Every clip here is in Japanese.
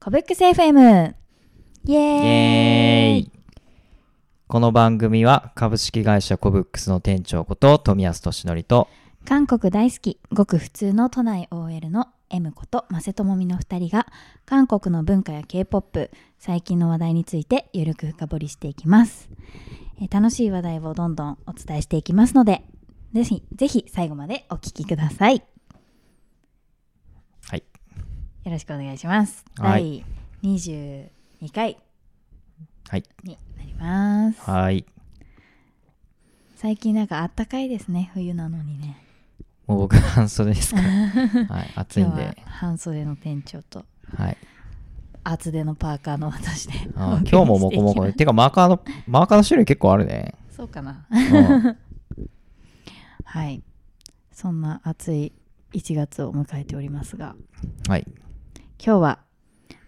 コブックス FM イエーイイエーイこの番組は株式会社コブックスの店長こと富安俊則と韓国大好きごく普通の都内 OL の M ことマセトモミの2人が韓国の文化や K-POP 最近の話題についてゆるく深掘りしていきます、えー楽しい話題をどんどんお伝えしていきますのでぜひぜひ最後までお聞きくださいはいよろしくお願いします、はい第22回はいになります、はい最近なんかあったかいですね冬なのにねもう僕半袖で すから、はい、暑い今ん日では半袖の店長とはい厚手のパーカーの私であー今日もモコモコでてかマーカーのマーカーの種類結構あ るね、そうかなうんはいそんな暑い1月を迎えておりますがはい今日は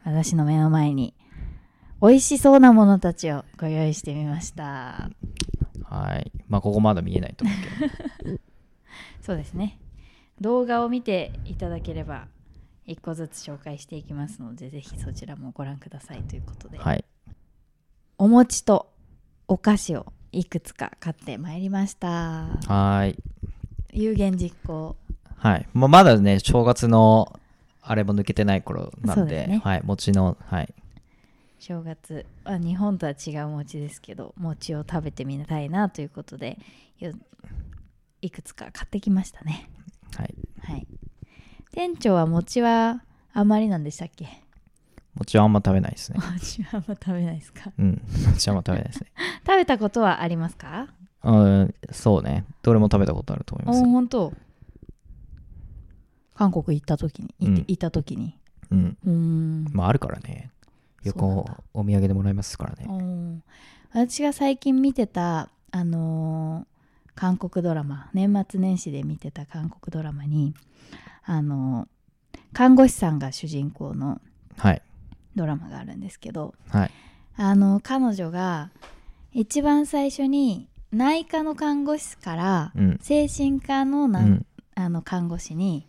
私の目の前に美味しそうなものたちをご用意してみましたはいまあここまだ見えないと思うそうですね動画を見ていただければ1個ずつ紹介していきますのでぜひそちらもご覧くださいということでけどはいお餅とお菓子をいくつか買ってまいりましたはい有言実行はい、まあ、まだね正月のあれも抜けてない頃なんそうでですねはい餅のはい正月は日本とは違う餅ですけど餅を食べてみたいなということでよいくつか買ってきましたねはいはい店長は餅はあまりなんでしたっけ餅はあんま食べないですね餅はあんま食べないですかうん餅はあんま食べないですね食べたことはありますかうん、そうね。どれも食べたことあると思いあますよ。本当韓国行った時にい,、うんいた時にうん。うーんまあ、あるからね。よくそうなんおだお土産でもらえますからね。うん私が最近見てた、あのー韓国ドラマ年末年始で見てた韓国ドラマに、あのー看護師さんが主人公のはい。ドラマがあるんですけど、はい。あの彼女が一番最初に内科の看護師からうん。精神科のうなん、ん。あの看護師に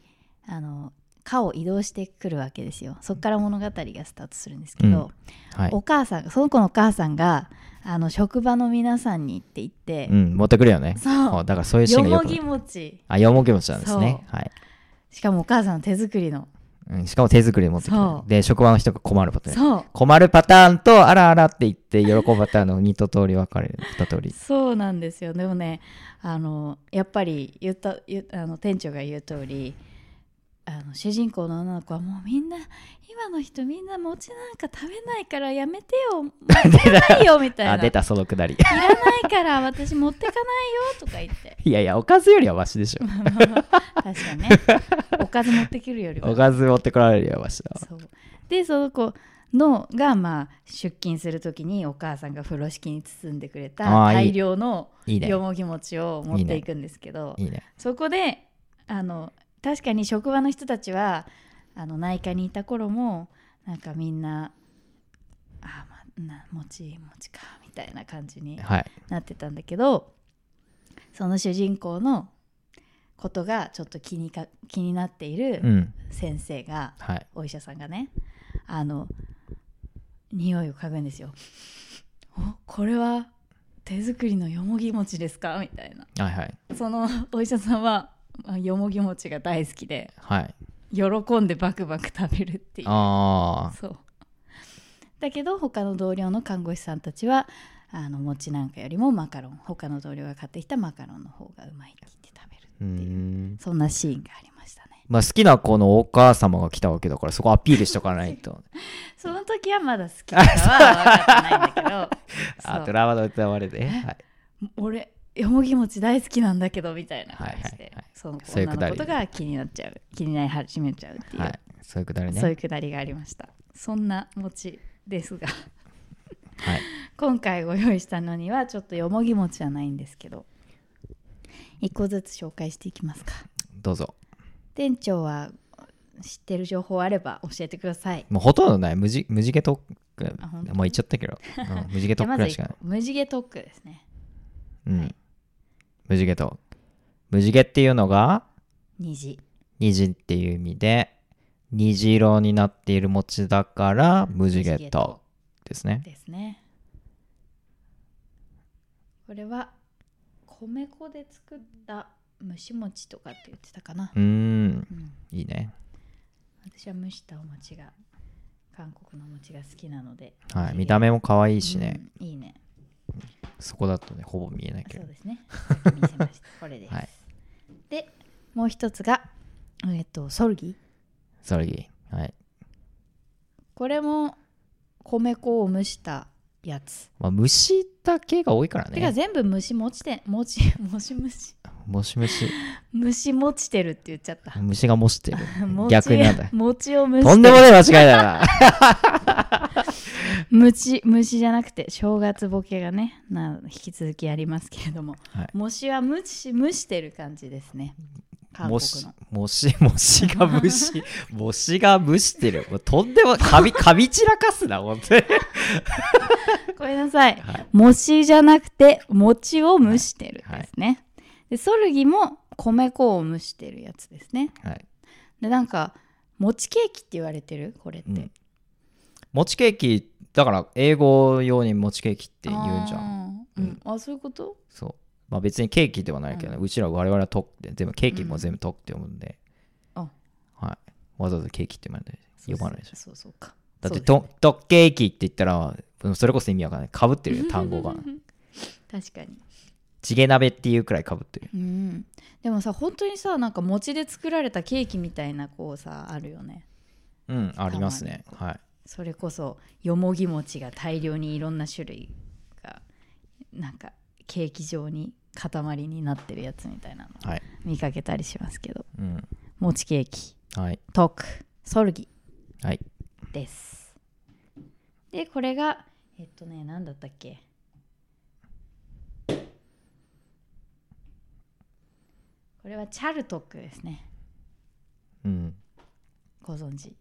あの科を移動してくるわけですよそこから物語がスタートするんですけど、うんはい。お母さんその子のお母さんがあの職場の皆さんにって言ってう、ん。持ってくるよね。そあうだからそういうシーよンがよもくぎ。餅あ、よもぎ餅なんですね。はい、しかもお母さんの手作りの、うん。しかも手作りで持ってきてそうで、職場の人が困るパターン。そう困るパターンと、あらあらって言って喜ぶパターンの2通り分かれる。2通り。そうなんですよでもねあのやっぱり言った言うあの店長が言う通りあの主人公の女の子はもうみんな今の人みんな餅なんか食べないからやめてよ持ってないよみたいな あ、出た、そのくだり。いらないから私持ってかないよとか言っていやいや、おかずよりはマシでしょ。確かに ねおかず持ってくるよりはおかず持ってこられるよ、マシだわ。そうでその子のがまあ出勤するときにお母さんが風呂敷に包んでくれたあーいい大量のいいねよ。もぎ餅を持っていくんですけどいいね。そこであの確かに職場の人たちはあの内科にいた頃もなんかみんなあー、まあ、な餅餅かみたいな感じにはい。なってたんだけどその主人公のことがちょっと気にか気になっていうるん。先生が、はい。お医者さんがねあの匂いを嗅ぐんですよ。おこれは手作りのよもぎ餅ですかみたいなはいはい。そのお医者さんはあよもぎ餅が大好きではい。喜んでバクバク食べるっていうあそうだけど他の同僚の看護師さんたちはあの餅なんかよりもマカロン他の同僚が買ってきたマカロンの方がうまいって言って食べるあ。うーん。そんなシーンがありましたねまあ好きな子のお母様が来たわけだからそこアピールしとかないと。 その時はまだ好きかは分かってないんだけど あ、そドうラマの歌わ れて。はい。俺よもぎ餅大好きなんだけどみたいな感じで、はいはいはいそのそういう女くだのりことが気になっちゃう気になり始めちゃうっていう、はい。そういうくだりね。そういうくだりがありましたそんな餅ですがはい。 今回ご用意したのにはちょっとよもぎ餅はないんですけど一個ずつ紹介していきますかどうぞ。店長は知ってる情報あれば教えてくださいもうほとんどない。無事無事ゲトーあ本当ク。もう言っちゃった けど。うん無事じゲトゃあまークくずらいし一か個ない。無地毛トークですねうはんい。無事ゲトーク。無事ゲっていうのが虹虹っていう意味で、虹色になっている餅だから無地ゲットですねですねこれは米粉で作った蒸し餅とかって言ってたかな、うーんうん、いいね私は蒸したお餅が韓国のお餅が好きなのではい見た目も可愛いしね、、うんいいねそこだとねほぼ見えないけそどうですねさっき見せましたこれです、はいでもう一つがえっとソルギそれいいはい、これも米粉を蒸したやつ、まあ、虫だけが多いからてかね全部蒸し餅 てもちもしもしもしもし蒸し餅してるって言っちゃった虫がもしてる 餅逆になんだ餅を蒸してとんでもない間違いだな虫虫じゃなくて正月ボケがねな引き続きありますけれども、はい虫は蒸し蒸してる感じですね韓も国しの、もし、もしがむし、もしがむしてる。もうとんで も、かみ、かみ散らかすな、本当に。ごめんなさいはい。餅じゃなくて餅を蒸してるはいですね、でソルギも米粉を蒸してるやつですねはい。でなんか餅ケーキって言われてるこれって、うん餅ケーキ、だから、英語用に餅ケーキって言うんじゃん。んあ,、うん、あそういうことそう。まあ別にケーキではないけどね、うちら我々はトックで、全部ケーキも全部トックって読むんで、あはい。わざわざケーキって言わない読まないでしょ。そうそうかだってそうト、トッケーキって言ったら、それこそ意味わかんない。かぶってるよ、単語が。ですね確かにチゲ鍋っていうくらいかぶってる。うんでもさ本当にさなんか餅で作られたケーキみたいなこうさあるよねうん、ありますね。はい。それこそよもぎ餅が大量にいろんな種類がなんかケーキ状に塊になってるやつみたいなのはい。見かけたりしますけどうん。餅ケーキはい。トークソルギはい。ですでこれがえっとね何だったっけこれはチャルトックですねうん。ご存知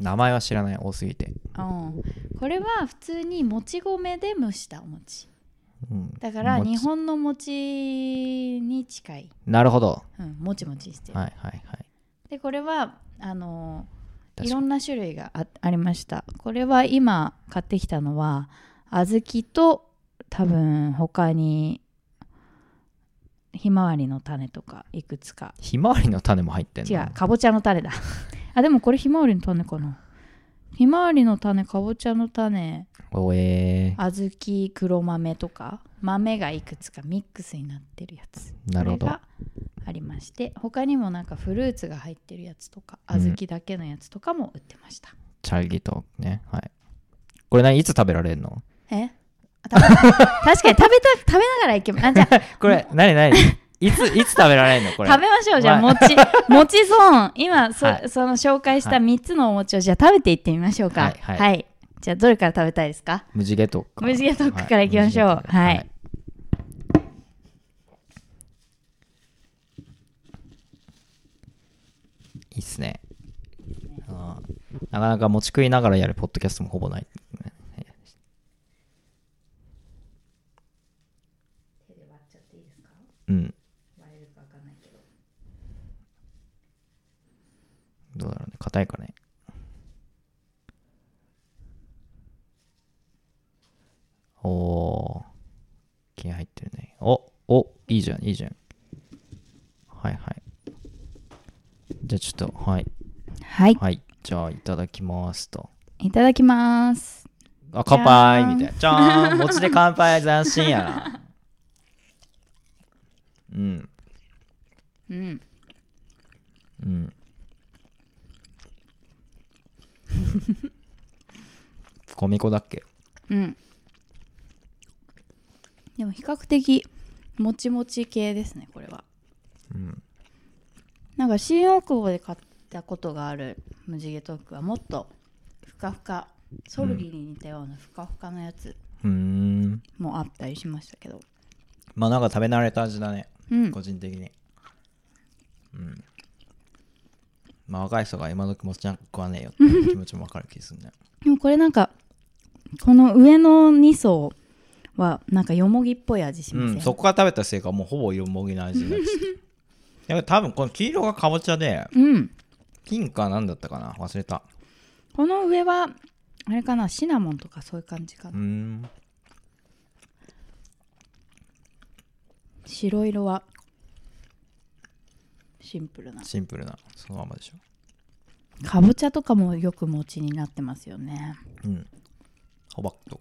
名前は知らない多すぎて、うんこれは普通にもち米で蒸したお餅うん、だからもち日本の餅に近い、なるほどうん、もちもちしてる、はいはいはいでこれはあの確かにいろんな種類があありましたこれは今買ってきたのは小豆と多分他にひまわりの種とかいくつかひまわりの種も入ってんの違うかぼちゃの種だあでもこれひまわりの種かなひまわりの種かぼちゃの種おえ小豆黒豆とか豆がいくつかミックスになってるやつー、なるほこれどがありまして他にもなんかフルーツが入ってるやつとかうん小豆だけのやつとかも売ってました、チャルギトークねはいこれ何いつ食べられるのえ食べ 確かに食べた食べながらいけまあじゃあ これ何何いついつ食べられるのこれ食べましょうじゃあま餅 餅ゾーン今そ,、はその紹介したはい3つのお餅をじゃあ食べていってみましょうかはいはいじゃあどれから食べたいですか無地ゲトークか無地ゲトークから行きましょう無地ゲトークはいいいっすねあーなかなか持ち食いながらやるポッドキャストもほぼないうんどうだろうね硬いかねおおー気合入ってるねおおいいじゃんいいじゃんはいはいじゃあちょっとはいはいはいじゃあいただきますといただきますあ乾杯みたいなじゃーん餅で乾杯斬新やなうんうんうん 米粉だっけうんでも比較的もちもち系ですねこれはうんなんか新大久保で買ったことがあるムジゲトークはもっとふかふかソルギに似たようなふかふかのやつうーんもあったりしましたけどまあなんか食べ慣れた味だねうん個人的にうんまあ若い人が今時もちゃん食わねえよっていう気持ちもわかる気 するねでもこれなんかこの上の2層はなんかよもぎっぽい味しうません、んそこから食べたせい かもうほぼ色もぎの味になっちゃったでも多分この黄色がかぼちゃでうんピンクは何だったかな忘れたこの上はあれかなシナモンとかそういう感じかうな、ーん白色はシンプルなシンプルなそのままでしょかぼちゃとかもよく餅になってますよねうんほばっと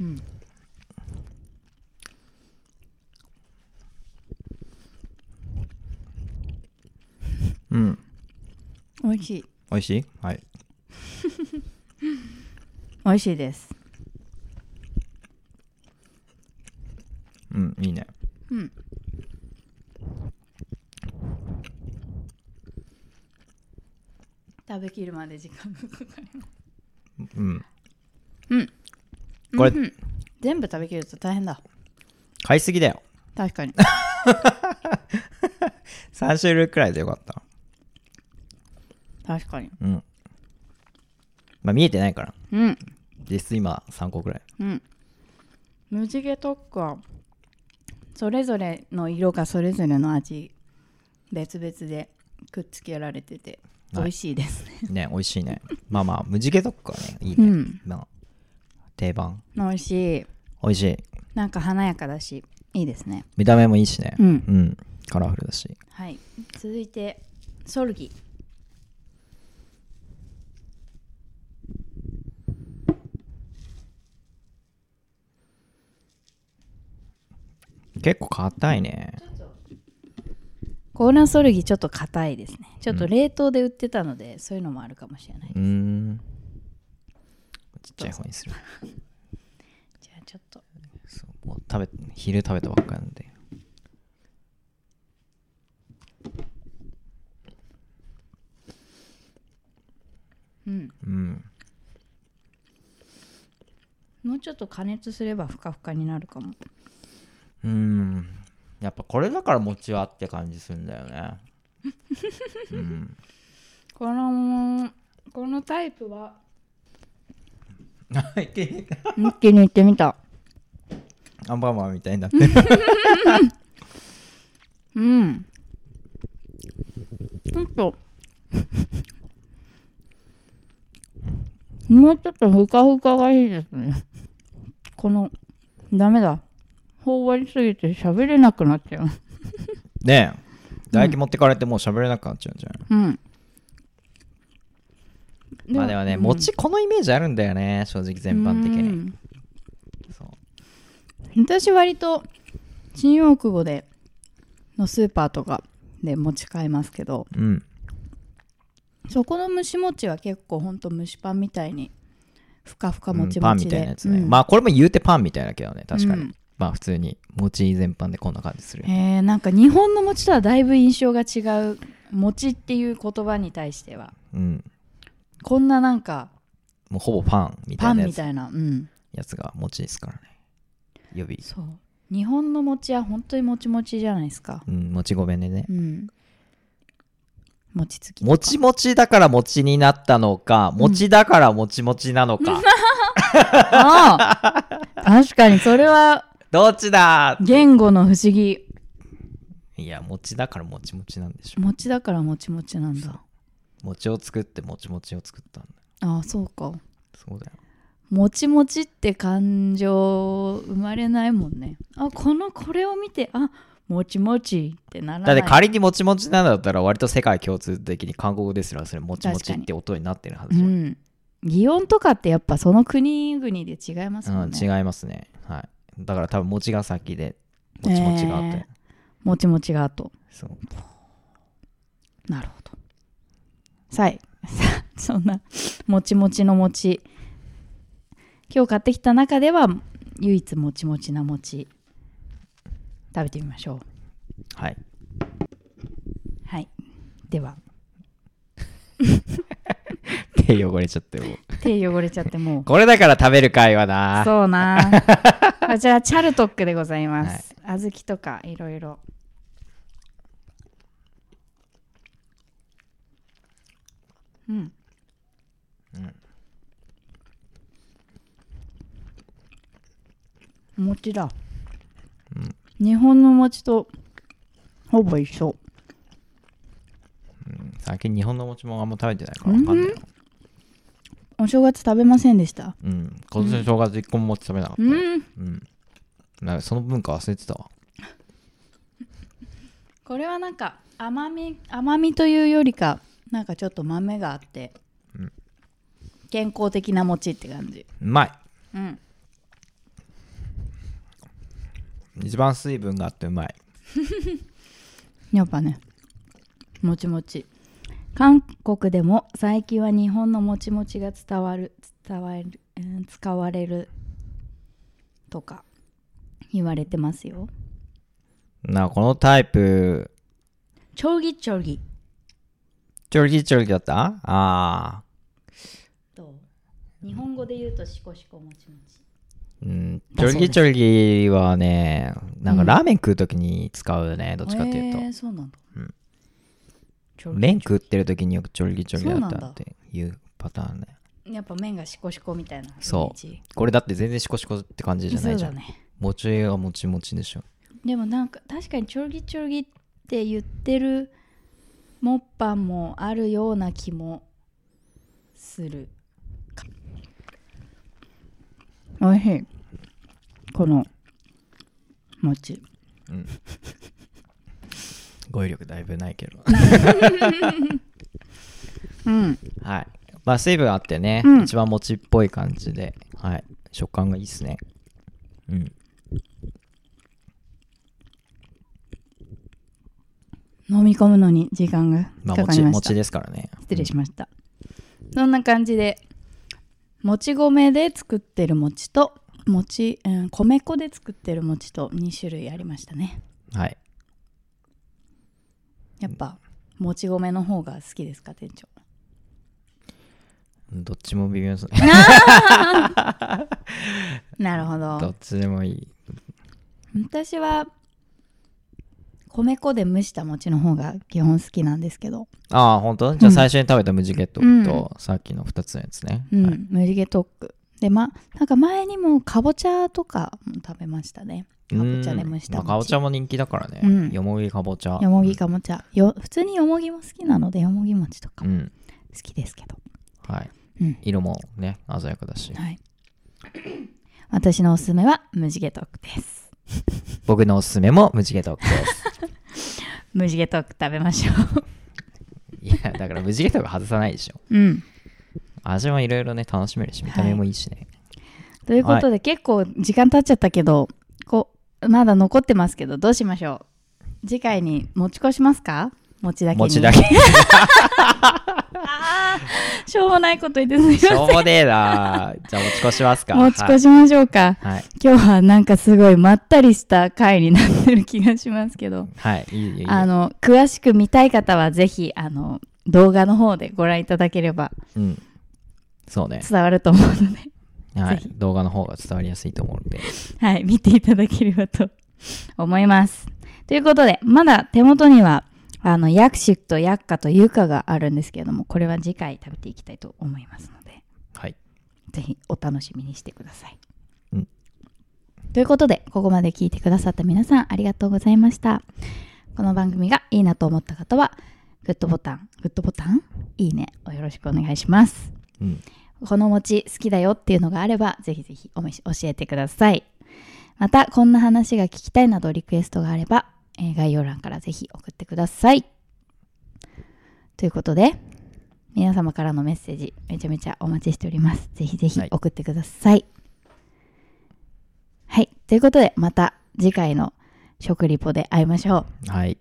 うんうん美味しい美味しいはい美味しいですうんいいねうん食べきるまで時間がかかりますうんうんこれうん全部食べきると大変だ買いすぎだよ確かに3種類くらいでよかった確かにうんまあ見えてないからうん実質今3個くらいうんムジゲトックはそれぞれの色がそれぞれの味別々でくっつけられててはい美味しいですね、ね美味しいね まあまあ無地ゲドックはねいいうね、んまあ定番美味しい美味しいなんか華やかだしいいですね見た目もいいしねうんうん、カラフルだしはい続いてソルギ結構硬いねコーランソルギちょっと硬いですねちょっと冷凍で売ってたので、そういうのもあるかもしれないうーんちっちゃい方にするじゃあちょっとそうもう食べ昼食べたばっかなんでうんうんもうちょっと加熱すればふかふかになるかもうーんやっぱこれだから餅はって感じするんだよねうんこのこのタイプは一気にいってみたアンパンマンみたいになってるうんちょっと もうちょっとふかふかがいいですねこのダメだ頬張りすぎて喋れなくなっちゃう ねえ唾液持ってかれてもう喋れなくなっちゃうんじゃない、うんん、まあでもね、うん餅このイメージあるんだよね正直全般的うにんそう私割と新大久保でのスーパーとかで持ち帰りますけどうんそこの蒸し餅は結構ほんと蒸しパンみたいにふかふかもうんちパもンちみで、たいなやつね、うんまあこれも言うてパンみたいだけどね確かに、うんまあ普通に餅全般でこんな感じするよねえーなんか日本の餅とはだいぶ印象が違う餅っていう言葉に対してはうんこんななんかもうほぼパンみたパいンなやみつたいなうんやつが餅ですからね予備そう日本の餅は本当にもちもちじゃないですかうんもち米でねうん餅つきとかもちもちだから餅になったのか、餅だからもちもちなの か、ああ確かにそれはどっちだ言語の不思議いや、餅だからもちもちなんでしょ。餅だからもちもちなんだ餅を作ってもちもちを作ったんだよ。ああそうかそうだよ。もちもちって感情生まれないもんねあこのこれを見てあもちもちってならだなっいて仮にもちもちなんだったら割と世界共通的に韓国語ですらそれもちもちって音になってるはずうじゃん。ん擬音とかってやっぱその国々で違いますもうんん、ね、違いますね。はい。だから多分餅が先で、もちもちがあって。えーもちもちがとそう。なるほどさい さそんなもちもちの餅今日買ってきた中では唯一もちもちな餅食べてみましょうはい。はいでは手汚れちゃってもう。手汚れちゃってもうこれだから食べる会はな。そう なこちらチャルトックでございます、小豆とかいろいろうんうん餅だ、日本の餅とほぼ一緒最近日本のお餅もあんま食べてないからわかんないなお正月食べませんでしたうん今年の正月一個も餅食べなかったうよんうんなんかその文化忘れてたわこれはなんか甘み甘みというよりかなんかちょっと豆があって、うん健康的な餅って感じうまいうん一番水分があってうまいやっぱねもちもち韓国でも最近は日本のもちもちが伝わる伝わる、うん使われるとか言われてますよなあこのタイプちょぎちょぎチョリチョリだったああと日本語で言うとしこしこもちもちーうんチだそうですョリチョリはねなんかうんラーメン食う時に使うね、どっちかっていうとえーそうなんだ、んちょぎ麺食ってる時によくチョリチョリだっそうなたんだっていうパターンねやっぱ麺がしこしこみたいなそうイメこれだって全然シコシコって感じーじジゃないじゃそん、うだねもちはもちもちでしょでもなんか確かにちょぎちょぎって言ってるモッパンもあるような気もするおいしいこの餅語彙力だいぶないけどうんはいまあ水分あってね、うん一番もちっぽい感じではい食感がいいっすねうん飲み込むのに時間がまあかもかちりまもしたちですからね失礼しました、そんな感じでもち米で作ってる餅ともち、うん、米粉で作ってる餅と2種類ありましたねはいやっぱもち米の方が好きですか店長どっちも微妙ですねなるほ どどっちでもいい。私は米粉で蒸した餅の方が基本好きなんですけど、ああ、本当じゃあ最初に食べたムジゲットうんと、さっきの2つのやつね。うんはい無理ゲトックでまなんか前にもかぼちゃとかも食べましたねかぼちゃで蒸したうんまあかぼち餅ゃも人気だからね。うんよもぎかぼちゃ。よもぎかぼちゃよ普通によもぎも好きなのでよもぎ餅とかうもん。好きですけど、はい。うん色もね、鮮やかだし。はい。私のおすすめはムジゲトークです。僕のおすすめもムジゲトー クです。ムジゲトーク食べましょいや、だからムジゲトーク外さないでしょ。う。うん。味もいろいろね、楽しめるし、見た目もいいしね。ということで、結構時間経っちゃったけど、こうまだ残ってますけど、どうしましょう。次回に持ち越しますか？持ちだけに。餅だけ。しょうもないこと言ってすみませしんょうもねえ な。じゃあ持ち越しますか。持ち越し。しましょうか、はい。今日はなんかすごいまったりした回になってる気がしますけど、はい。いいよいいよ。あの詳しく見たい方はぜひあの動画の方でご覧いただければうん。そうね。伝わると思うのではぜい。動画の方が伝わりやすいと思うので。はい、見ていただければと思います。ということで、まだ手元には、あの、薬師と薬価とユカがあるんですけれども、これは次回食べていきたいと思いますので、はい。ぜひお楽しみにしてください。うんということで、ここまで聞いてくださった皆さん、ありがとうございました。この番組がいいなと思った方は、グッドボタン、グッドボタン、いいねをよろしくお願いします。うん。この餅好きだよっていうのがあればぜひぜひおめし教えてくださいまたこんな話が聞きたいなどリクエストがあれば、えー概要欄からぜひ送ってくださいということで皆様からのメッセージめちゃめちゃお待ちしておりますぜひぜひはい送ってくださいはい、ということでまた次回の食リポで会いましょうはい。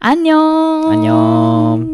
アンニョーンアンニョーン